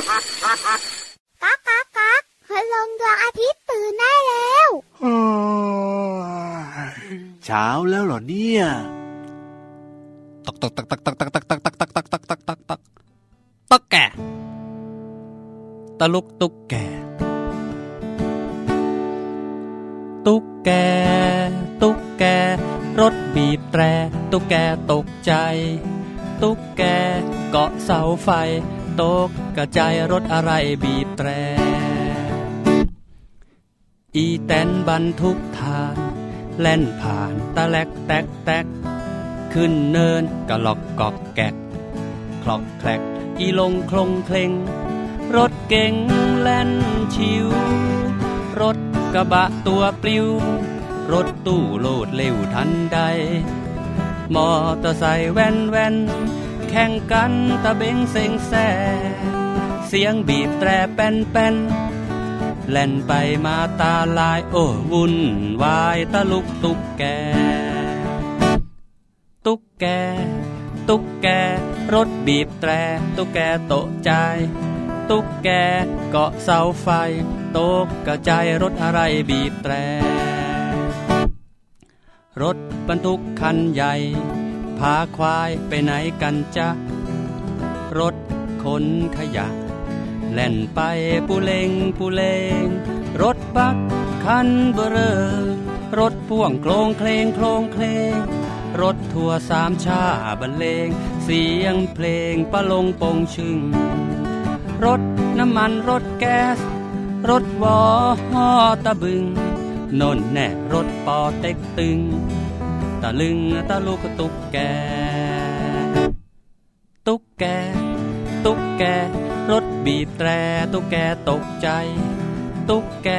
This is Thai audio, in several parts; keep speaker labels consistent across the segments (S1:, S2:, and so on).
S1: กักกักกักพลงดวงอาทิตย์ตื่นได้แล้ว
S2: เช้าแล้วเหรอเนี่ยตักตักตักตักตักตักตักตักตักตักตักตักตักตักตักตักแกตะลุกตุกแก ตุ๊กแก ตุ๊กแก รถบีบแตร ตุ๊กแกตกใจ ตุ๊กแกเกาะเสาไฟ ตกกระจายรถอะไรบีบแตร อีแตนบรรทุกทานแล่นผ่านตะแลกแตกแตก ขึ้นเนินกะหลอกกอกแกกคลอกแคลกอีลงคลงเคลงรถเก๋งแล่นชิว รถกระบะตัวปลิว รถตู้โลดเร็วทันใด มอเตอร์ไซค์แว่นแว่นแข่งกันตะเบงเซ็งแซ่เสียงบีบแตรแป้นแป้น แล่นไปมาตาลายโอ้วุ่นวายตะลุกตุกแก ตุ๊กแก ตุ๊กแก รถบีบแตร ตุ๊กแกโตกใจ ตุ๊กแกเกาะเสาไฟ ตกกระจายรถอะไรบีบแตร รถบรรทุกคันใหญ่ พาควายไปไหนกันจ๊ะ รถขนขยะ แล่นไปปูเลงปูเลง รถบักคันเบอเรอรถพ่วงโครงเคลงโครงเคลง รถทัวร์สามชาบรรเลง เสียงเพลงปะลงปงชึง รถน้ำมันรถแก๊ส รถวอฮอตะบึงนนแน่รถปอเต็กตึง ตะลึงตะลุกตุกแก ตุ๊กแก ตุ๊กแก รถบีบแตร ตุ๊กแกตกใจ ตุ๊กแก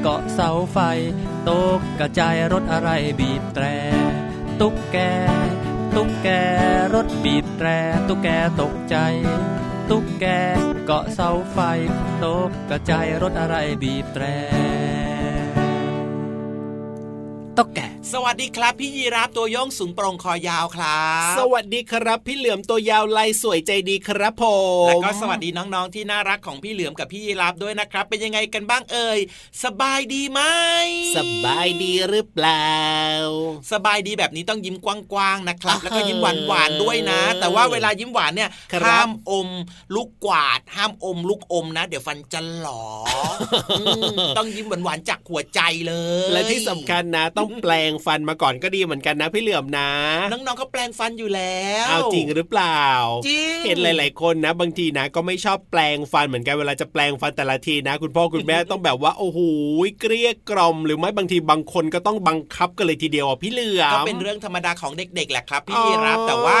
S2: เกาะเสาไฟ ตกกระจายรถอะไรบีบแตร ตุ๊กแก ตุ๊กแก รถบีบแตร ตุ๊กแกตกใจ ตุ๊กแกเกาะเสาไฟ ตกกระจายรถอะไรบีบแตร ตุ๊กแก
S3: สวัสดีครับ พี่ยีรับตัวโยงสูงโปร่งคอยาวครับ
S4: สวัสดีครับ พี่เหลือมตัวยาวลายสวยใจดีครับผม
S3: แล้วก็สวัสดีน้องๆที่น่ารักของพี่เหลือมกับพี่ยีรับด้วยนะครับ เป็นยังไงกันบ้างเอ่ยสบายดีไหม
S4: สบายดีหรือเปล่า
S3: สบายดีแบบนี้ต้องยิ้มกว้างๆนะครับ
S4: เออ
S3: แล้วก็ยิ้มหวานๆด้วยนะ แต่ว่าเวลายิ้มหวานเนี่ย
S4: ครับ
S3: ห้ามอมลูกกวาด ห้ามอมลูกอมนะ เดี๋ยวฟันจะหล ออืมต้องยิ้มหวานๆจากหัวใจเลย
S4: และที่สำคัญนะ ต้องแปลงฟันมาก่อนก็ดีเหมือนกันนะ พี่เหลือมนะ
S3: น้องๆเขาแปลงฟันอยู่แล้ว
S4: เอาจริงหรือเปล่า
S3: จริง
S4: เห็นหลาย ๆ คนนะ บางทีนะก็ไม่ชอบแปลงฟันเหมือนกันเวลาจะแปลงฟันแต่ละทีนะ คุณพ่อคุณแม่ ต้องแบบว่าโอ้โหเกลี้ยกล่อม หรือไม่บางทีบางคนก็ต้องบังคับกันเลยทีเดียวอ่ะพี่เหลือม
S3: ก็เป็นเรื่องธรรมดาของเด็กๆแหละครับ พี่
S4: อ๋อ
S3: ยีรับแต่ว่า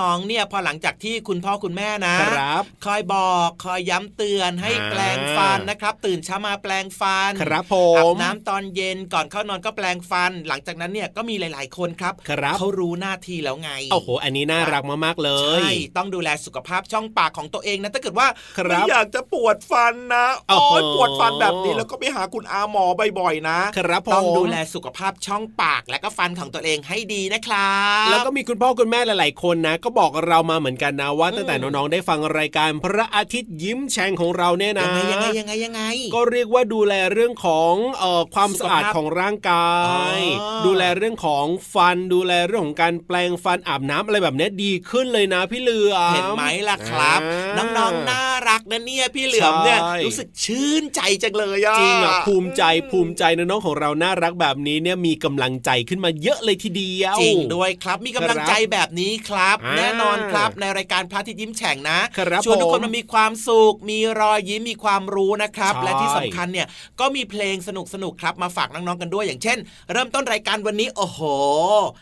S3: น้องๆ เนี่ยพอหลังจากที่คุณพ่อคุณแม่นะครับคอยบอกคอยย้ำเตือนให้
S4: อ่า
S3: แปลงฟันนะครับ ตื่นเช้ามาแปลงฟัน
S4: ครับผ
S3: อาบ
S4: ม
S3: น้ำตอนเย็นก่อนเข้านอนก็แปลงฟัน หลังจากนั้นเนี่ยก็มีหลายๆคนครับ
S4: ครับ
S3: เขารู้หน้าที่แล้วไง
S4: โอ้โห อันนี้น่ารักมากๆเลย
S3: ใช่ ต้องดูแลสุขภาพช่องปากของตัวเองนะ ถ้าเกิดว่า
S4: ครับ
S3: ไม่อยากจะปวดฟันนะ
S4: โอ้โห
S3: ยปวดฟันแบบนี้แล้วก็ไปหาคุณอาหมอบ่อยๆนะ
S4: ครับผม
S3: ต้องดูแลสุขภาพช่องปากและก็ฟันของตัวเองให้ดีนะครับ
S4: แล้วก็มีคุณพ่อคุณแม่หลายๆคนนะ ก็บอกเรามาเหมือนกันนะว่าตั้งแต่น้องๆได้ฟังรายการพระอาทิตย์ยิ้มแฉ่งของเราเนี่ย
S3: ยั
S4: นะ
S3: งไงยังไงยังไงยังไง
S4: ก็เรียกว่าดูแลเรื่องของเอ่อความ
S3: สุข
S4: สะอาด
S3: ภาพ
S4: ของร่างกาย
S3: อ๋อ
S4: ดูแลเรื่องของฟัน ดูแลเรื่องของการแปลงฟันอาบน้ำอะไรแบบเนี้ยดีขึ้นเลยนะพี่เหลือม
S3: เห็นไหมล่ะครับ
S4: อ่า
S3: น้องๆน่ารักนะเนี่ยพี่เหลือมเนี่ย
S4: ใช่
S3: รู้สึกชื่นใจจังเลยอ่ะ
S4: จริงอ่ะภูมิใจภูมิใจน้องๆของเราน่ารักแบบนี้เนี่ยมีกำลังใจขึ้นมาเยอะเลยทีเดียว
S3: จริงด้วยครับมีกำลังใจแบบนี้ครับ
S4: อ่า
S3: แน่นอนครับในรายการพระอาทิตย์ยิ้มแฉ่งนะครับ ชวนทุกคน
S4: ผม
S3: มามีความสุข มีรอยยิ้มมีความรู้นะครับ
S4: ใช่
S3: และที่สำคัญเนี่ยก็มีเพลงสนุกๆครับมาฝากน้องๆกันด้วยอย่างเช่น เริ่มต้นรายการวันนี้โอ้โห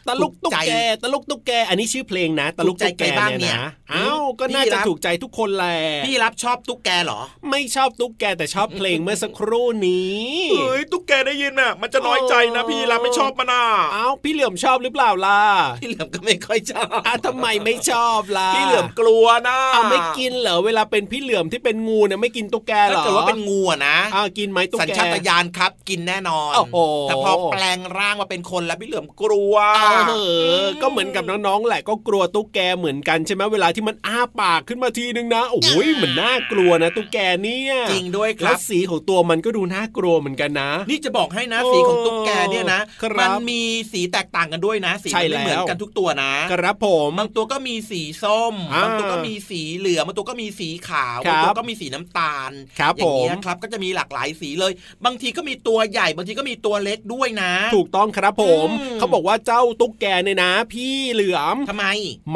S4: ตะลุกตุ๊ก
S3: ใจ
S4: แกตะลุกตุ๊กแก อันนี้ชื่อเพลงนะตะลุกตุ๊กแก
S3: ถูกใจใครบ้างเนี่
S4: เนี่ย
S3: ย
S4: นะอ้าวก็น่า
S3: พี่
S4: จะ
S3: รับ
S4: ถูกใจทุกคนแหละ
S3: พี่รับชอบตุ๊กแกเหรอ
S4: ไม่ชอบตุ๊กแกแต่ชอบเพลงเมื่อสักครู่นี้
S3: เฮ้ยตุ๊กแกได้ยินน่ะมันจะน้อยใจนะพี่รับไม่ชอบมันอ่ะ
S4: อ้าวพี่เหลื่อมชอบหรือเปล่าล่ะ
S3: พี่เหลือมก็ไม่ค่อยชอบ
S4: อ่ะทำไมไม่ชอบล่ะ
S3: พี่เหลือมกลัวนะ
S4: อ้าวไม่กินเหรอเวลาเป็นพี่เหลื่อมที่เป็นงูเนี่ยไม่กินตุ๊กแกเหรอ
S3: ถ้าเกิดว่าเป็นงูอะนะ
S4: อ้าวกินไหมตุ๊ก
S3: สัญ
S4: แก
S3: ชาตญาณครับกินแน่นอน
S4: โอ้โห
S3: แต่พอแปลงร่างมาเป็นคนแล้วพี่เหลือมกลัว
S4: อ้าวเหอะก็เหมือนกับน้องๆแหละก็กลัวตุ๊กแกเหมือนกันใช่ไหมเวลาที่มันอ้าปากขึ้นมาทีนึงนะโอ้ยมันน่า น่ากลัวนะตุ๊กแกเนี่ย
S3: จริงด้วยค
S4: แล้
S3: รั
S4: ว
S3: บ
S4: สีของตัวมันก็ดูน่ากลัวเหมือนกันนะ
S3: นี่จะบอกให้นะ
S4: โอ้
S3: สีของตุ๊กแกเนี่ยนะ
S4: ครับ
S3: มัมีสีแตกต่างกันด้วยนะสี
S4: ใช่
S3: มันไม่เหมือน
S4: แล้ว
S3: กันทุกตัวนะ
S4: ครับผม
S3: บางตัวก็มีสีส้ม
S4: อ่า
S3: บางตัวก็มีสีเหลือง บางตัวก็มีสีขาว
S4: ครับบ
S3: างตัวก็มีสีน้ำตาล
S4: ครับ
S3: อย่างเงี้ย
S4: ผม
S3: ครับ ก็จะมีหลากหลายสีเลย บางทีก็มีตัวใหญ่ บางทีก็มีตัวเล็กด้วยนะ
S4: ถูกต้องครับผม
S3: อืม
S4: เขาบอกว่าเจ้าตุ๊กแกเนี่ยนะ พี่เหลือม
S3: ทำไม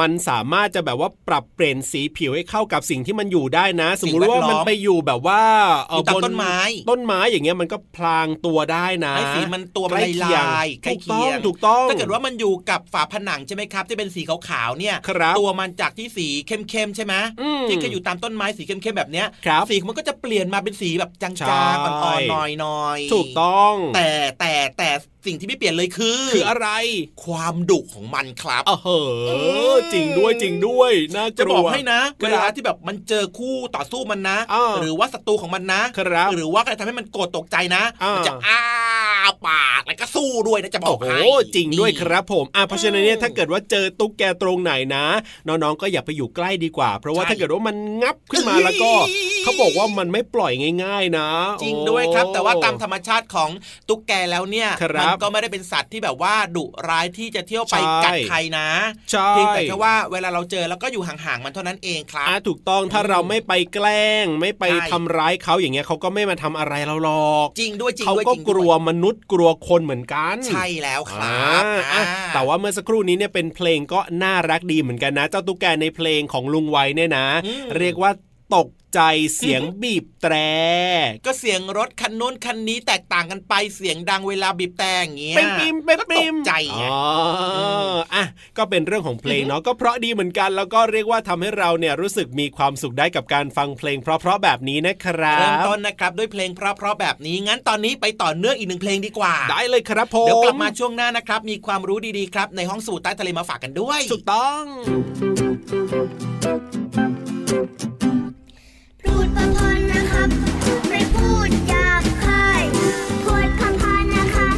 S4: มันสามารถจะแบบว่าปรับเปลี่ยนสีผิวให้เข้ากับสิ่งที่มันอยู่ได้นะ สมมติ
S3: สิ่งแว
S4: ว่า
S3: ดล้อม
S4: มันไปอยู่แบบว่าเ
S3: อยู่ตาม
S4: บ
S3: ต้นไม้
S4: ต้นไม้อย่างเงี้ยมันก็พลางตัวได้นะ
S3: ให้สีมันตัวมัน
S4: ใกล้เคียง
S3: ลายๆใกล้
S4: ถูก
S3: เคี
S4: ต้อง
S3: ยง
S4: ถูกต้อง
S3: ถ้าเกิดว่ามันอยู่กับฝาผนังใช่ไหมครับ ที่เป็นสีขาวๆเนี่ย
S4: ครับ
S3: ตัวมันจากที่สีเข้มๆใช่ไหม
S4: อืม
S3: ที่เคยอยู่ตามต้นไม้สีเข้มๆแบบเนี้ย
S4: ครับ
S3: สีมันก็จะเปลี่ยนมาเป็นสีแบบจาง
S4: ใช่
S3: ๆอ่อนๆหน่อยๆ
S4: ถูกต้อง
S3: แต่แต่แต่สิ่งที่ไม่เปลี่ยนเลยคือ
S4: คืออะไร
S3: ความดุของมันครับ
S4: เออเหอะจริงด้วยจริงด้วยน่ากลัว
S3: จะบอกให้นะ
S4: กลัว
S3: เวลาที่แบบมันเจอคู่ต่อสู้มันนะ
S4: อ่า
S3: หรือว่าศัตรูของมันนะ
S4: ครับ
S3: หรือว่าใครทำให้มันโกรธตกใจนะ
S4: อ่ามั
S3: มันจะอ้าปากแล้วก็สู้ด้วยนะจะบอ
S4: โอ้
S3: ก
S4: โห
S3: ให้
S4: จริงด้วย
S3: นี่
S4: ครับผมอ่ะเพราะฉะนั้นเนี่ย
S3: อืม
S4: ถ้าเกิดว่าเจอตุ๊กแกตรงไหนนะ น้องๆก็อย่าไปอยู่ใกล้ดีกว่า เพราะว่า
S3: ใช่
S4: ถ้าเกิดว่ามันงับขึ้นมาแล้วก็ เขาบอกว่ามันไม่ปล่อยง่าย ๆ นะ
S3: จริงด้วยครับ
S4: โอ้
S3: แต่ว่าตามธรรมชาติของตุ๊กแกแล้วเนี่ย
S4: ครับ
S3: มัก็ไม่ได้เป็นสัตว์ที่แบบว่าดุร้ายที่จะเที่ยวไป
S4: ใช่
S3: กัดใครนะ
S4: ใช่
S3: เพียงแต่แค่ว่าเวลาเราเจอแล้วก็อยู่ห่างๆมันเท่านั้นเองครับ
S4: อ่ะถูกต้องถ้าเรา
S3: อืม
S4: ไม่ไปแกล้ง ไม่ไป
S3: ใช่
S4: ทำร้ายเขาอย่างเงี้ยเขาก็ไม่มาทำอะไรเราหรอก
S3: จริงด้วยจริง
S4: เขา
S3: ด้วย
S4: ก็
S3: จริง
S4: ก
S3: ด้วย
S4: ลัวมนุษย์กลัวคนเหมือนกัน
S3: ใช่แล้วค
S4: อ่า
S3: รับ
S4: อ่ะ
S3: อ่า
S4: แต่ว่าเมื่อสักครู่นี้เนี่ยเป็นเพลงก็น่ารักดีเหมือนกันนะ เจ้าตุ๊กแกในเพลงของลุงไวเนี่ยนะ
S3: อืม
S4: เรียกว่าตกใจเสียงบีบแตร
S3: ก็เสียงรถคันนู้นคันนี้แตกต่างกันไปเสียงดังเวลาบีบแต่อย่างเงี้ย
S4: เป็นปิมเป็น
S3: ก็ต
S4: ปิ
S3: ก
S4: ม
S3: ใจไง
S4: อ๋ออ่ะก็เป็นเรื่องของเพลงเนาะก็เพราะดีเหมือนกัน แล้วก็เรียกว่าทำให้เราเนี่ยรู้สึกมีความสุขได้กับการฟังเพลง เพราะๆแบบนี้นะครั
S3: เริ่ม
S4: บ
S3: ต้นนะครับด้วยเพลงเพราะๆแบบนี้งั้นตอนนี้ไปต่อเนื่องอีกหนึ่งเพลงดีกว่า
S4: ได้เลยครับผม
S3: เดี๋ยวกลับมาช่วงหน้านะครับ มีความรู้ดีๆครับ ในห้องสมุดใต้ทะเลมาฝากกันด้วย
S4: ถูกต้อง
S1: พูดประพนนะครับ ไม่พูดหยาบคายพูดคำพอนนะคะ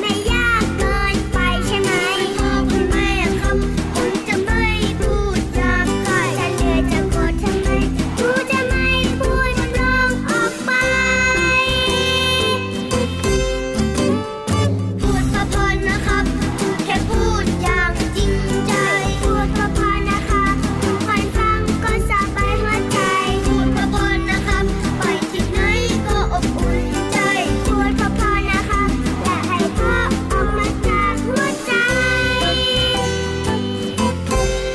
S1: ไม่ยากเกินไปใช่ไหมพ่อคุณแม่ครับคุณจะไม่พูดหยาบคายจะเหนื่อยจะโกรธทำไมพูดจะไม่พูดร้องออกไป พูดประพนนะครับ แค่พูดอย่างจริงใจ พูดประพนนะคะคนฟังก็สบายหัวใจ พูดประพนนะครับ ไปที่ไหนก็อบอุ่นใจ พูดประพนนะคะและให้พ่อออกมาจากหัวใจ พูด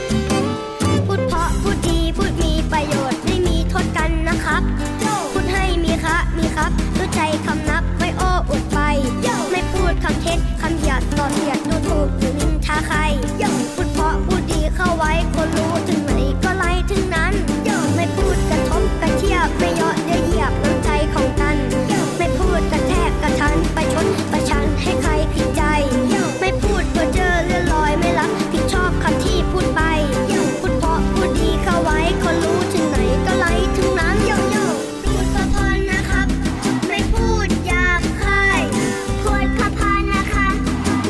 S1: เพราะพูดดีพูดมีประโยชน์ไม่มีโทษกันนะครับ พูดให้มีคะมีครับรู้ใจคำนับไม่โอ้อวดไป ไม่พูดคำเท็จคำหยาดต่อเหยียดดูถูกหรือนินทาใคร พูดเพราะพูดดีเข้าไว้คนรู้ถึงไหนก็ไล่ถึงนั้น ไม่พูดกระทบกระเทียบไม่เยาะเย้ยเหยียบน้ำใจของกัน ไม่พูดกระแทกกระทันประชดประชันให้ใครผิดใจ ไม่พูดเพ้อเจ้อเลื่อนลอยไม่รับผิดชอบคำที่พูดไป พูดเพราะพูดดีเข้าไว้ก็รู้ถึงไหนก็ไหลถึงนั้นโยโย่พูดพอพอนะครับ ไม่พูดหยาบคายพูดพอพอนะคะ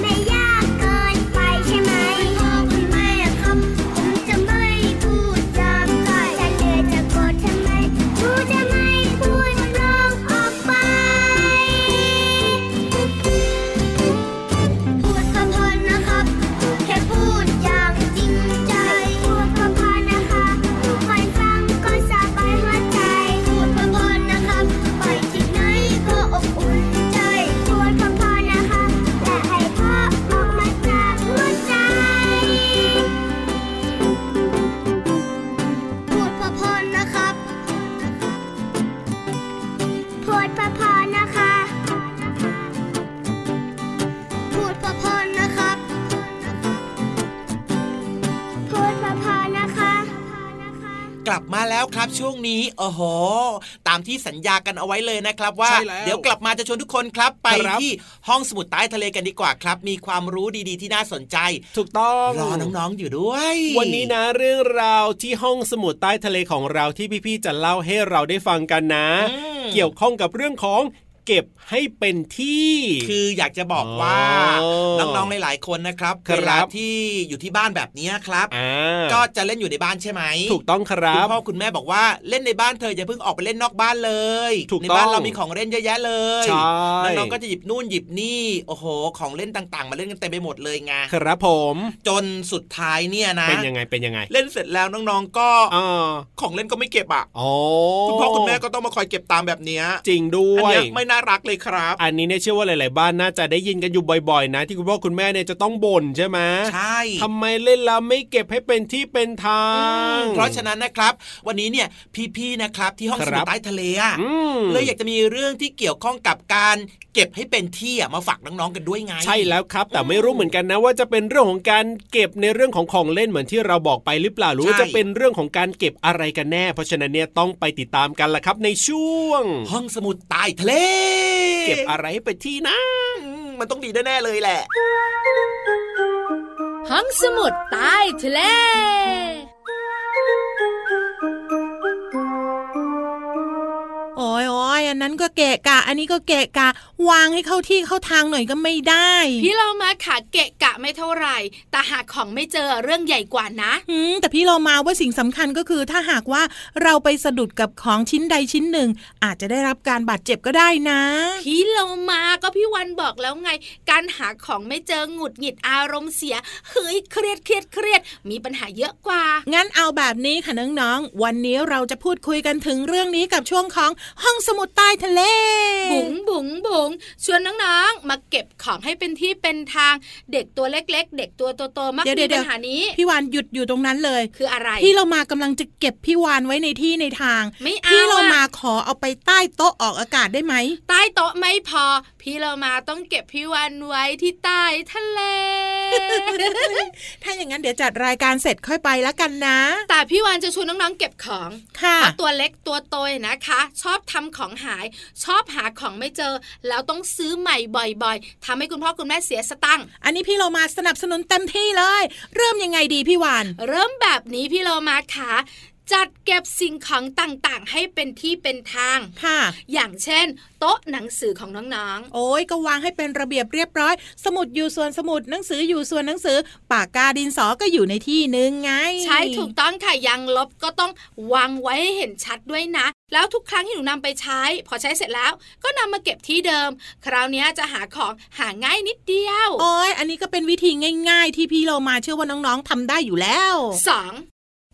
S1: ไม่ยากเกินไปใช่ไหมพ่อคุณแม่ครับผมจะไม่พูดหยาบคายจะเหนื่อยจะโกรธทำไมพูดจะไม่พูดร้องออกไป พูดคำพนนะครับ แค่พูดอย่างจริงใจ พูดคำพนนะคะคนฟังก็สบายหัวใจ พูดคำพนนะครับ ไปที่ไหนก็อบอุ่นใจ พูดคำพนนะคะและให้พ่อออกมาจากหัวใจ พูดพอๆนะครับ พูดพอๆนะคะ พูดพอพอนะครับ พูดพอพอนะคะ
S3: กลับมาแล้วครับช่วงนี้โอ้โห ตามที่สัญญากันเอาไว้เลยนะครับว่า
S4: ใช่แล้ว
S3: เดี๋ยวกลับมาจะชวนทุกคนครับ ไป
S4: ครับ
S3: ที่ห้องสมุดใต้ทะเลกันดีกว่าครับ มีความรู้ดีๆที่น่าสนใจ
S4: ถูกต้อง
S3: รอน้องๆอยู่ด้วย
S4: วันนี้นะเรื่องราวที่ห้องสมุดใต้ทะเลของเราที่พี่ๆจะเล่าให้เราได้ฟังกันนะ
S3: อืม
S4: เกี่ยวข้องกับเรื่องของ เก็บให้เป็นที่
S3: คืออยากจะบอกว่า
S4: อ๋อ
S3: น้องๆ หลาย ๆ คนนะครับ
S4: ครับ
S3: เวลาที่อยู่ที่บ้านแบบเนี้ยครับ
S4: อ่า
S3: ก็จะเล่นอยู่ในบ้านใช่ไหม
S4: ถูกต้องครั
S3: คุณ
S4: บ
S3: พ่อคุณแม่บอกว่าเล่นในบ้านเธออย่าเพิ่งออกไปเล่นนอกบ้านเลย
S4: ถูก
S3: ใน
S4: ต้อง
S3: บ้านเรามีของเล่นเยอะแยะเลย
S4: ใช่
S3: น้องๆก็จะหยิบนู่นหยิบนี่โอ้โห ของเล่นต่างๆ มาเล่นกันเต็มไปหมดเลยไง
S4: ครับผม
S3: จนสุดท้ายเนี่ยนะ
S4: เป็นยังไงเป็นยังไง
S3: เล่นเสร็จแล้วน้องๆก็
S4: อ่า
S3: ของเล่นก็ไม่เก็บอ่ะ
S4: อ๋อ
S3: คุณพ่อคุณแม่ก็ต้องมาคอยเก็บตามแบบเนี้ย
S4: จริงด้
S3: อัน
S4: วย
S3: เนี้ยไม่น่ารักเลยครับ
S4: อันนี้เนี่ยเชื่อว่าหลาย ๆ บ้านน่าจะได้ยินกันอยู่บ่อย ๆ นะ ที่คุณพ่อคุณแม่เนี่ยจะต้องบ่นใช่ไหม
S3: ใช่
S4: ทำไมเล่นแล้วไม่เก็บให้เป็นที่เป็นทาง
S3: เพราะฉะนั้นนะครับ วันนี้เนี่ยพี่ๆนะครับ ที่ห้อง
S4: ครับ
S3: สมุดใต้ทะเลอะ
S4: อืม
S3: เลยอยากจะมีเรื่องที่เกี่ยวข้องกับการเก็บให้เป็นที่อะมาฝากน้องๆกันด้วยไง
S4: ใช่แล้วครับ แต่ไม่รู้เหมือนกันนะ ว่าจะเป็นเรื่องของการเก็บในเรื่องของของเล่นเหมือนที่เราบอกไปหรือเปล่าหรือว่า
S3: ใช่
S4: จะเป็นเรื่องของการเก็บอะไรกันแน่ เพราะฉะนั้นเนี่ยต้องไปติดตามกันละครับ ในช่วง
S3: ห้องสมุดใต้ทะเล
S4: เก็บอะไรให้เป็นที่นะ
S3: อืมมันต้องดีแน่ๆเลยแหละ
S5: ห้องสมุดใต้ทะเล
S6: โอ้ยโอ้ยอันนั้นก็เกะกะ อันนี้ก็เกะกะ วางให้เข้าที่เข้าทางหน่อยก็ไม่ได้
S5: พี่เรามาค่ะเกะกะไม่เท่าไหร่ แต่หาของไม่เจอเรื่องใหญ่กว่านะ
S6: อืมแต่พี่เรามาว่าสิ่งสำคัญก็คือ ถ้าหากว่าเราไปสะดุดกับของชิ้นใดชิ้นหนึ่ง อาจจะได้รับการบาดเจ็บก็ได้นะ
S5: พี่เรามาก็พี่วันบอกแล้วไง การหาของไม่เจอหงุดหงิดอารมณ์เสียเฮ้ยเครียดเครียดเครียดมีปัญหาเยอะกว่า
S6: งั้นเอาแบบนี้ค่ะน้องๆ วันนี้เราจะพูดคุยกันถึงเรื่องนี้กับช่วงของห้องสมุดใต้ทะเล
S5: บุ๋งบุ๋งบุ๋งชวนน้องๆ มาเก็บของให้เป็นที่เป็นทาง เด็กตัวเล็ก ๆ เด็กตัวโตๆมัก
S6: เดี๋ยว
S5: มี
S6: เดี๋
S5: ปั
S6: ยว
S5: ญหานี้
S6: พี่วานหยุดอยู่ตรงนั้นเลย
S5: คืออะไร
S6: พี่เรามากำลังจะเก็บพี่วานไว้ในที่ในทาง
S5: ไม่เอา
S6: พี่เรา
S5: อะ
S6: มาขอเอาไปใต้โต๊ะออกอากาศได้ไหม
S5: ใต้โต๊ะไม่พอ พี่เรามาต้องเก็บพี่วันไว้ที่ใต้ทะเล
S6: ถ้าอย่างนั้นเดี๋ยวจัดรายการเสร็จค่อยไปแล้วกันนะ
S5: แต่พี่วันจะชวนน้องๆ เก็บของ
S6: ค่ะ
S5: เพราะตัวเล็กตัวโตเนี่ยนะคะ ชอบทำของหาย ชอบหาของไม่เจอ แล้วต้องซื้อใหม่บ่อยๆทำให้คุณพ่อคุณแม่เสียสตังค์
S6: อันนี้พี่เรามาสนับสนุนเต็มที่เลย เริ่มยังไงดีพี่วาน
S5: เริ่มแบบนี้พี่เรามาค่ะจัดเก็บสิ่งของต่างๆ ให้เป็นที่เป็นทาง
S6: ค่ะ
S5: อย่างเช่น โต๊ะหนังสือของน้อง
S6: โอ้ยก็วางให้เป็นระเบียบเรียบร้อย สมุดอยู่ส่วนสมุดหนังสืออยู่ส่วนหนังสือ ปากกาดินสอก็อยู่ในที่นึงไง
S5: ๆ ใช้ถูกต้องค่ะยังลบก็ต้องวางไว้ให้เห็นชัดด้วยนะ แล้วทุกครั้งที่หนูนำไปใช้ พอใช้เสร็จแล้วก็นำมาเก็บที่เดิม คราวเนี้ยจะหาของหาง่ายนิดเดียว
S6: โอ้ยอันนี้ก็เป็นวิธีง่าย ๆ ที่พี่เรามาเชื่อว่าน้องๆทำได้อยู่แล้ว
S5: สอง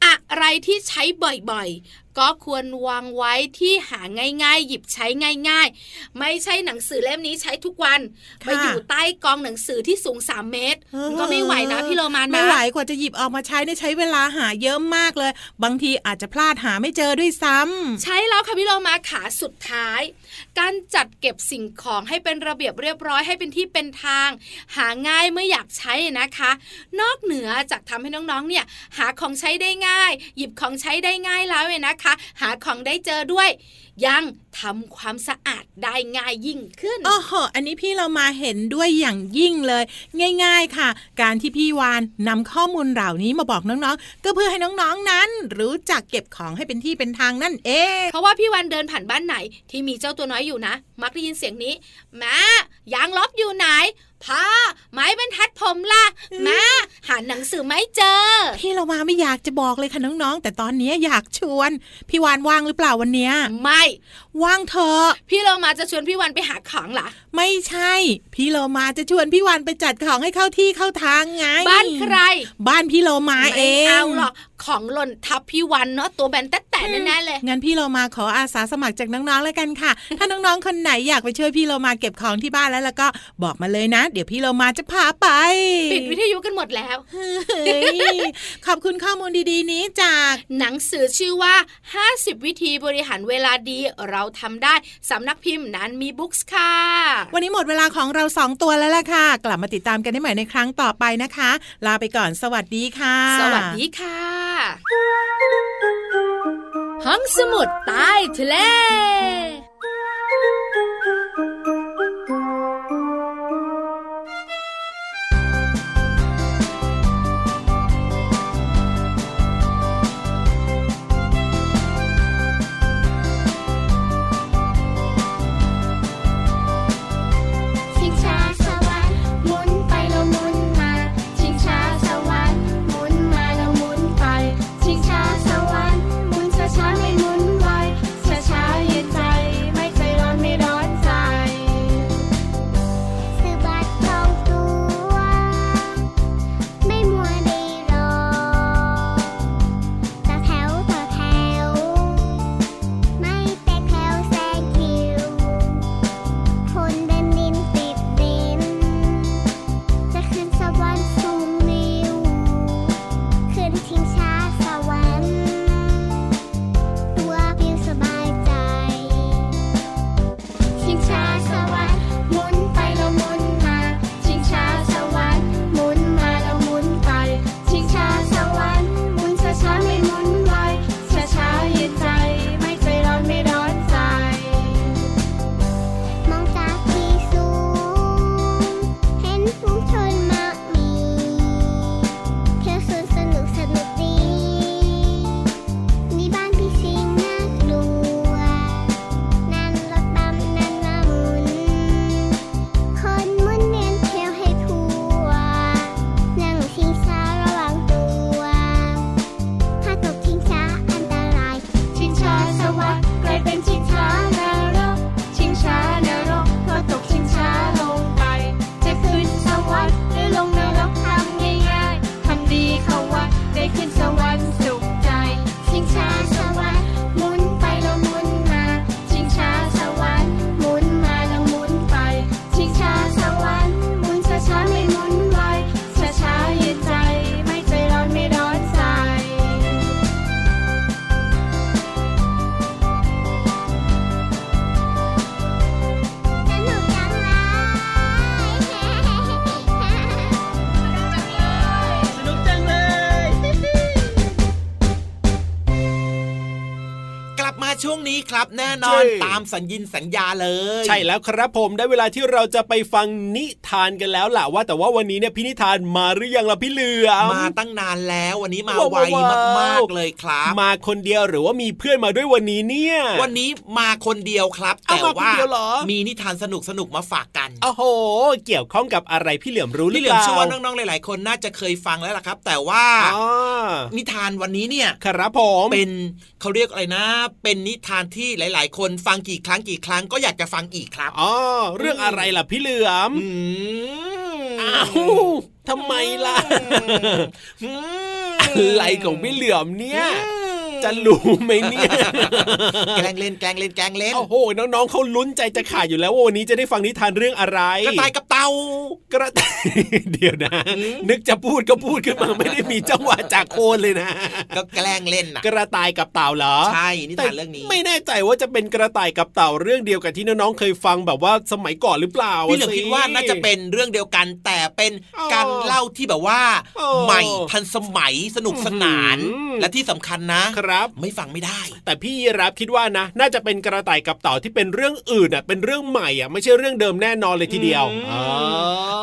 S5: อะไรที่ใช้บ่อยๆ ก็ควรวางไว้ที่หาง่ายๆ หยิบใช้ง่ายๆ ไม่ใช่หนังสือเล่มนี้ใช้ทุกวัน
S6: ค่ะ
S5: ไปอยู่ใต้กองหนังสือที่สูง 3 เมตรมันก็ไม่ไหวนะพี่โลมานะ
S6: ไม่ไหวกว่าจะหยิบออกมาใช้เนี่ยใช้เวลาหาเยอะมากเลย บางทีอาจจะพลาดหาไม่เจอด้วยซ้ำ
S5: ใช้แล้วค่ะพี่โลมาขาสุดท้าย การจัดเก็บสิ่งของให้เป็นระเบียบเรียบร้อยให้เป็นที่เป็นทาง หาง่ายเมื่ออยากใช้นะคะ นอกเหนือจากทำให้น้องๆ เนี่ยหาของใช้ได้ง่าย หยิบของใช้ได้ง่ายแล้วเนี่ยนะคะ หาของได้เจอด้วย ยังทำความสะอาดได้ง่ายยิ่งขึ้น
S6: โอ้โหอันนี้พี่เรามาเห็นด้วยอย่างยิ่งเลย ง่าย ๆค่ะ การที่พี่วานนำข้อมูลเหล่านี้มาบอกน้องๆ ก็เพื่อให้น้องๆนั้น รู้จักเก็บของให้เป็นที่เป็นทางนั่นเอง
S5: เพราะว่าพี่วันเดินผ่านบ้านไหนที่มีเจ้าตัวน้อยอยู่นะ มักได้ยินเสียงนี้แม่ยางลบอยู่ไหนพ่อไม้บรรทัดผมล่ะแม่หาหนังสือไม่เจอ
S6: พี่เรามาไม่อยากจะบอกเลยค่ะน้องๆ แต่ตอนนี้อยากชวน พี่วานว่างหรือเปล่าวันเนี้ย
S5: ไม่
S6: ว่างเถอะ
S5: พี่เรามาจะชวนพี่วันไปหาของเหรอ
S6: ไม่ใช่ พี่โลมาจะชวนพี่วันไปจัดของให้เข้าที่เข้าทางไง
S5: บ้านใคร
S6: บ้านพี่โลมาเอ
S5: ไม่
S6: ง
S5: เอาหรอกของหล่นทับพี่วันเนาะตัวแบนแต่แต่แน่ๆเลย
S6: งั้นพี่โลมาขออาสาสมัครจากน้องๆแล้วกันค่ะ ถ้าน้องๆคนไหนอยากไปช่วยพี่โลมาเก็บของที่บ้านแล้วแล้วก็บอกมาเลยนะ เดี๋ยวพี่โลมาจะพาไป
S5: ปิดวิทยุกันหมดแล้ว
S6: เฮ้ย ขอบคุณข้อมูลดีๆ นี้จาก
S5: หนังสือชื่อว่า 50 วิธีบริหารเวลาดีเราทำได้สำนักพิมพ์นั้นมีบุ๊กส์ค่ะ
S6: วันนี้หมดเวลาของเราสองตัวแล้วล่ะค่ะ กลับมาติดตามกันได้ใหม่ในครั้งต่อไปนะคะ ลาไปก่อนสวัสดีค่ะ
S5: สวัสดีค่ะ ห้องสมุดใต้ทะเล
S7: 「
S3: บมาช่วงนี้ครับ แน่นอน
S4: ใช่
S3: ตามสัญญินสัญญาเลย
S4: ใช่แล้วครับผมได้เวลาที่เราจะไปฟังนิทานกันแล้วล่ะว่าแต่ว่าวันนี้เนี่ยพี่นิทานมาหรือยังล่ะพี่เหลือม
S3: มาตั้งนานแล้ววันนี้มา
S4: ว้าว
S3: ไว
S4: ว้าว
S3: มากๆเลยครับ
S4: มาคนเดียวหรือว่ามีเพื่อนมาด้วยวันนี้เนี่ย
S3: วันนี้มาคนเดียวครับ
S4: เอา
S3: แต่
S4: มาคน
S3: ว่า
S4: เดียวเหรอ
S3: มีนิทานสนุกสนุกๆมาฝากกัน
S4: โอ้โห เกี่ยวข้องกับอะไรพี่เหลือมรู้หรื
S3: พี่
S4: อ
S3: เหลื
S4: เป
S3: อม
S4: ล่า
S3: เชื่อว่าน้องๆหลาย ๆ คนน่าจะเคยฟังแล้วล่ะครับ แต่ว่า
S4: อ๋อ
S3: นิทานวันนี้เนี่ย
S4: ครับผม
S3: เป็นเขาเรียกอะไรนะ เป็นนิทานที่หลาย ๆ คนฟังกี่ครั้งกี่ครั้งก็อยากจะฟังอีกครับ
S4: อ๋อเรื่องอะไรล่ะพี่เหลือม
S3: อืม
S4: อ้าวทำไมล่ะ
S3: อืม
S4: อะไรของพี่เหลือมเนี่ย จะรู้ไหมเนี่ย
S3: แกล้งเล่นแกล้งเล่นแกล้งเล่น
S4: โอ้โห น้องๆเขาลุ้นใจจะขาดอยู่แล้วว่าวันนี้จะได้ฟังนิทานเรื่องอะไร
S3: กระต่ายกับเต่า
S4: กระต่าย เดี๋ยวนะ นึกจะพูดก็พูดขึ้นมา ไม่ได้มีจังหวะจากโคนเลยนะ
S3: ก็แกล้งเล่นน่ะ
S4: กระต่ายกับเต่าเหรอ
S3: ใช่นิทานเรื่องนี้
S4: ไม่แน่ใจว่าจะเป็นกระต่ายกับเต่าเรื่องเดียวกับที่น้องๆเคยฟังแบบว่าสมัยก่อนหรือเปล่า
S3: พี่เหลือม
S4: สิ
S3: คิดว่าน่าจะเป็นเรื่องเดียวกันแต่เป็น
S4: อ๋อ
S3: การเล่าที่แบบว่า
S4: โอ้
S3: ใหม่ทันสมัยสนุกสนาน
S4: อื้อหือ
S3: และที่สำคัญนะครับ ไม่ฟังไม่ได้
S4: แต่พี่รับคิดว่านะ น่าจะเป็นกระต่ายกับเต่าที่เป็นเรื่องอื่นอ่ะเป็นเรื่องใหม่อ่ะไม่ใช่เรื่องเดิมแน่นอนเลยทีเดียว
S3: อืม
S4: อ๋อ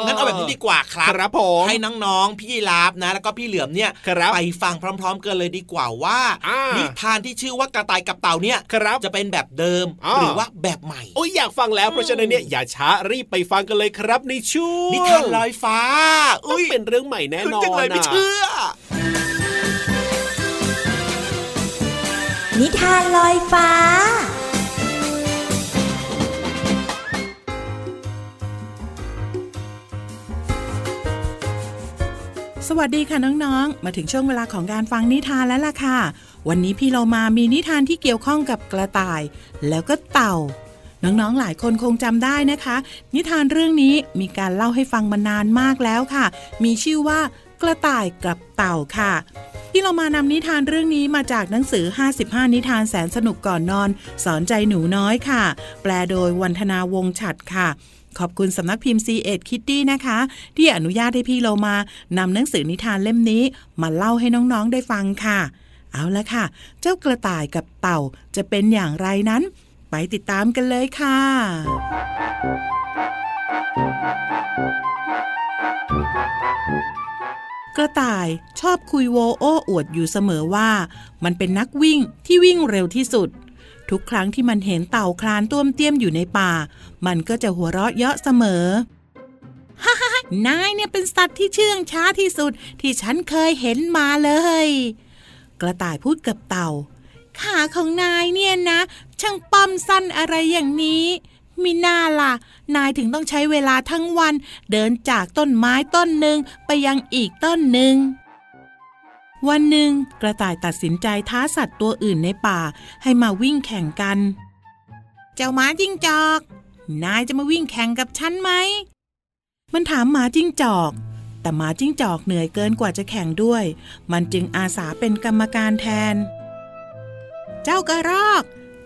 S3: งั้นเอาแบบนี้ดีกว่าครับ
S4: ครับผม
S3: ให้น้องๆ พี่ยีราฟนะ แล้วก็พี่เหลือมเนี่ย
S4: ครับ
S3: ไปฟังพร้อม ๆ กันเลยดีกว่าว่า
S4: อ่านิ
S3: นิทานที่ชื่อว่ากระต่ายกับเต่าเนี่ย
S4: ครับ
S3: จะเป็นแบบเดิม
S4: อ่า
S3: หรือว่าแบบใหม่
S4: โอ้ยอยากฟังแล้วเพราะฉะนั้นเนี่ยอย่าช้ารีบไปฟังกันเลยครับในช่วง
S3: นิทานลอยฟ้า
S4: ต้อ
S3: อุ้
S4: ง
S3: ย
S4: เป็นเรื่องใหม่แน่นอน
S3: จังเลยไม่
S4: ะ
S3: เชื่อ
S7: นิทานลอยฟ้า
S6: สวัสดีค่ะน้องๆ มาถึงช่วงเวลาของการฟังนิทานแล้วล่ะค่ะ วันนี้พี่เรามามีนิทานที่เกี่ยวข้องกับกระต่าย แล้วก็เต่า น้องๆ หลายคนคงจำได้นะคะ นิทานเรื่องนี้มีการเล่าให้ฟังมานานมากแล้วค่ะ มีชื่อว่ากระต่ายกับเต่าค่ะ พี่เรามานำนิทานเรื่องนี้มาจากหนังสือ 55 นิทานแสนสนุกก่อนนอน สอนใจหนูน้อยค่ะ แปลโดยวันธนาวงศ์ฉัดค่ะ ขอบคุณสำนักพิมพ์ C ีเอ็ดคิตตี้นะคะ ที่อนุญาตให้พี่เรามานำหนังสือนิทานเล่มนี้ มาเล่าให้น้องๆได้ฟังค่ะ เอาละค่ะ เจ้ากระต่ายกับเต่าจะเป็นอย่างไรนั้น ไปติดตามกันเลยค่ะ กระต่ายชอบคุยโวโอ้อวดอยู่เสมอว่า มันเป็นนักวิ่งที่วิ่งเร็วที่สุด ทุกครั้งที่มันเห็นเต่าคลานต้วมเตี้ยมอยู่ในป่า มันก็จะหัวเราะเยาะเสมอ ฮ่าฮ่าฮ่านายเนี่ยเป็นสัตว์ที่เชื่องช้าที่สุดที่ฉันเคยเห็นมาเลย กระต่ายพูดกับเต่า ขาของนายเนี่ยนะ ช่างป้อมสั้นอะไรอย่างนี้มิน่าล่ะ นายถึงต้องใช้เวลาทั้งวัน เดินจากต้นไม้ต้นหนึ่งไปยังอีกต้นหนึ่ง วันหนึ่ง กระต่ายตัดสินใจท้าสัตว์ตัวอื่นในป่า ให้มาวิ่งแข่งกัน เจ้าหมาจิ้งจอก นายจะมาวิ่งแข่งกับฉันไหม มันถามหมาจิ้งจอก แต่หมาจิ้งจอกเหนื่อยเกินกว่าจะแข่งด้วย มันจึงอาสาเป็นกรรมการแทน เจ้ากระรอก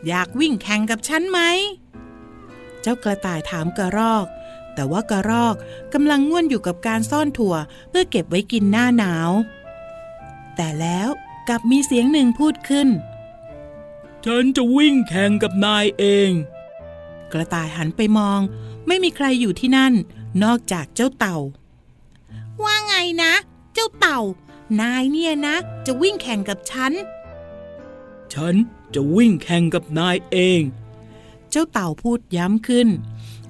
S6: อยากวิ่งแข่งกับฉันไหม เจ้ากระต่ายถามกระรอก แต่ว่ากระรอกกำลังง่วนอยู่กับการซ่อนถั่ว เพื่อเก็บไว้กินหน้าหนาว แต่แล้วกลับมีเสียงหนึ่งพูดขึ้น
S8: ฉันจะวิ่งแข่งกับนายเอง
S6: กระต่ายหันไปมอง ไม่มีใครอยู่ที่นั่น นอกจากเจ้าเต่า ว่าไงนะ เจ้าเต่า นายเนี่ยนะ จะวิ่งแข่งกับฉัน
S8: ฉันจะวิ่งแข่งกับนายเอง
S6: เจ้าเต่าพูดย้ำขึ้น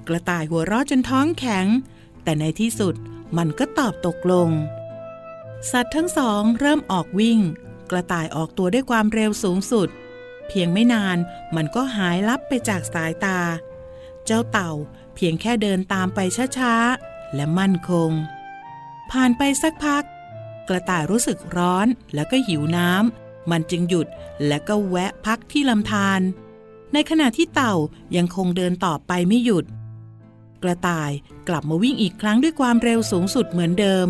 S6: กระต่ายหัวเราะจนท้องแข็ง แต่ในที่สุดมันก็ตอบตกลง สัตว์ทั้งสองเริ่มออกวิ่ง กระต่ายออกตัวด้วยความเร็วสูงสุด เพียงไม่นานมันก็หายลับไปจากสายตา เจ้าเต่าเพียงแค่เดินตามไปช้าๆ และมั่นคง ผ่านไปสักพัก กระต่ายรู้สึกร้อนแล้วก็หิวน้ำมันจึงหยุดและก็แวะพักที่ลำธาร ในขณะที่เต่ายังคงเดินต่อไปไม่หยุด กระต่ายกลับมาวิ่งอีกครั้งด้วยความเร็วสูงสุดเหมือนเดิม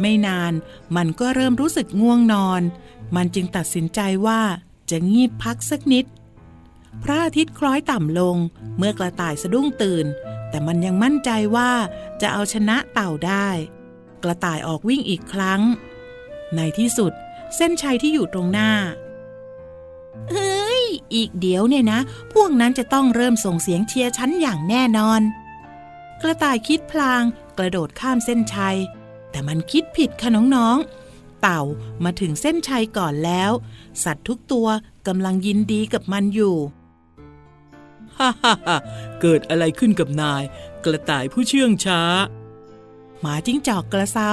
S6: ไม่นานมันก็เริ่มรู้สึกง่วงนอน มันจึงตัดสินใจว่าจะงีบพักสักนิด พระอาทิตย์คล้อยต่ำลงเมื่อกระต่ายสะดุ้งตื่น แต่มันยังมั่นใจว่าจะเอาชนะเต่าได้ กระต่ายออกวิ่งอีกครั้ง ในที่สุด เส้นชัยที่อยู่ตรงหน้า
S7: เฮ้ย
S6: อีกเดี๋ยวเนี่ยนะ พวกนั้นจะต้องเริ่มส่งเสียงเชียร์ฉันอย่างแน่นอน กระต่ายคิดพลางกระโดดข้ามเส้นชัย แต่มันคิดผิดค่ะน้องๆ เต่ามาถึงเส้นชัยก่อนแล้ว สัตว์ทุกตัวกำลังยินดีกับมันอยู่
S8: ฮ่าฮ่าฮ่าเกิดอะไรขึ้นกับนาย กระต่ายผู้เชื่องช้า
S6: หมาจิ้งจอกกระเซา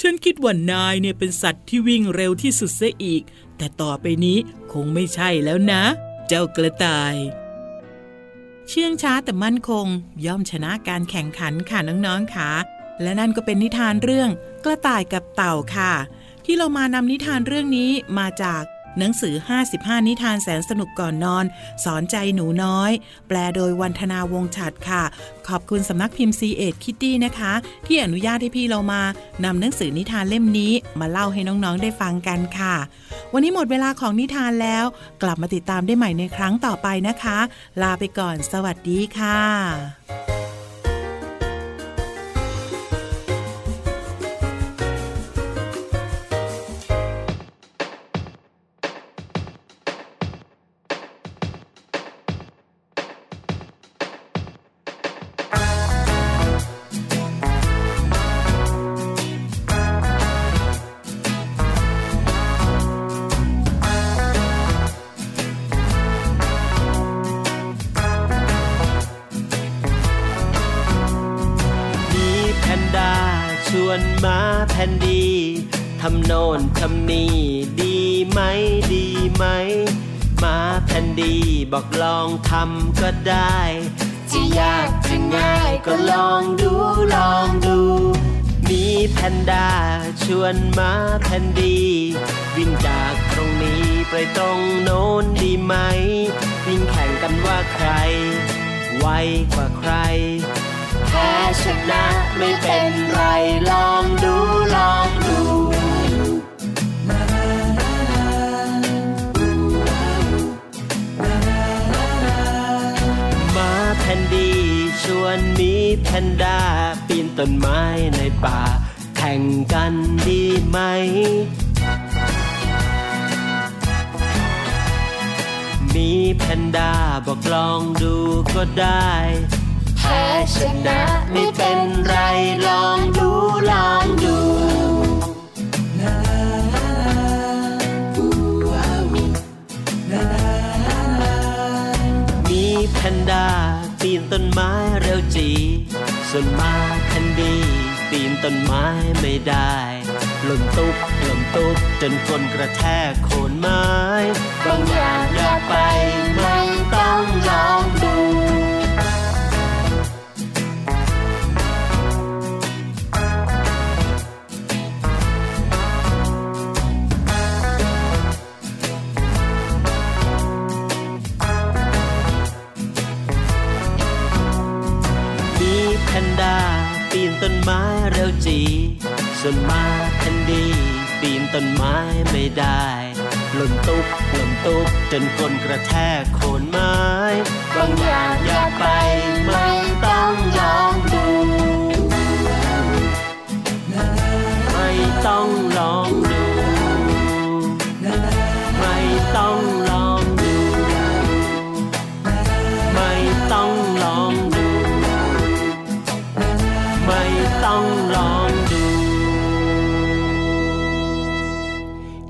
S8: ฉันคิดว่านายเนี่ยเป็นสัตว์ที่วิ่งเร็วที่สุดเสียอีก แต่ต่อไปนี้คงไม่ใช่แล้วนะ เจ้ากระต่าย
S6: เชื่องช้าแต่มั่นคง ย่อมชนะการแข่งขันค่ะน้องๆค่ะ และนั่นก็เป็นนิทานเรื่องกระต่ายกับเต่าค่ะ ที่เรามานำนิทานเรื่องนี้มาจากหนังสือ 55 นิทานแสนสนุกก่อนนอน สอนใจหนูน้อย แปลโดยวันธนาวงศ์ฉัดค่ะ ขอบคุณสำนักพิมพ์ซีเอ็ดคิตตี้นะคะ ที่อนุญาตให้พี่เรามานำหนังสือนิทานเล่มนี้ มาเล่าให้น้องๆได้ฟังกันค่ะ วันนี้หมดเวลาของนิทานแล้ว กลับมาติดตามได้ใหม่ในครั้งต่อไปนะคะ ลาไปก่อน สวัสดีค่ะ
S7: มีแพนด้าชวนมาแพนดี ทำโน่นทำนี่ดีไหมดีไหมมาแพนดีบอกลองทำก็ได้ จะยากจะง่ายก็ลองดูลองดู มีแพนด้าชวนมาแพนดี วิ่งจากตรงนี้ไปตรงโน้นดีไหม วิ่งแข่งกันว่าใคร ไวกว่าใคร แพ้ชนะไม่เป็นไรลองดูลองดู หมาแพนดีชวนหมีแพนด้าปีนต้นไม้ในป่า แข่งกันดีไหม มีแพนด้าบอกลองดูก็ได้ แพ้ชนะไม่เป็นไรลองดูลองดู มีแพนด้าปีนต้นไม้เร็วจี ส่วนหมาแพนดี ปีนต้นไม้ไม่ได้หล่นตุ๊บหล่นตุ๊บจนคนกระแทกโคนไม้บางอย่างอย่าไปไม่ต้องลองดู มีแพนด้าปีนต้นไม้เร็วจี ส่วนหมาแพนดี ปีนต้นไม้ไม่ได้หล่นตุ๊บหล่นตุ๊บจนคนกระแทกโคนไม้บางอย่างอย่าไปไม่ต้องลองดู ไม่ต้องลองดู ไม่ต้องลองดู ไม่ต้องลองดู ไม่ต้องลองดู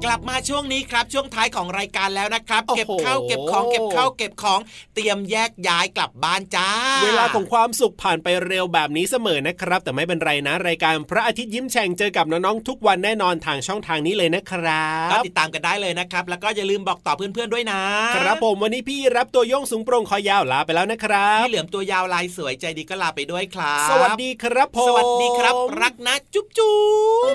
S3: กลับมาช่วงนี้ครับ ช่วงท้ายของรายการแล้วนะครับ
S4: โอ้โห
S3: เก็บข้าวเก็บของเก็บข้าวเก็บของเตรียมแยกย้ายกลับบ้านจ้า
S4: เวลาของความสุขผ่านไปเร็วแบบนี้เสมอนะครับ แต่ไม่เป็นไรนะ รายการพระอาทิตย์ยิ้มแฉ่งเจอกับน้องๆทุกวันแน่นอนทางช่องทางนี้เลยนะครับ
S3: ก็ติดตามกันได้เลยนะครับ แล้วก็อย่าลืมบอกต่อเพื่อนๆด้วยนะครับ
S4: ผมวันนี้พี่รับตัวโยงสูงโปร่งคอยาวลาไปแล้วนะครับ
S3: พี่เหลือมตัวยาวลายสวยใจดีก็ลาไปด้วยครับ
S4: สวัสดีครับผม
S3: สวัสดีครับ รักนะ จุ๊บจุ๊บ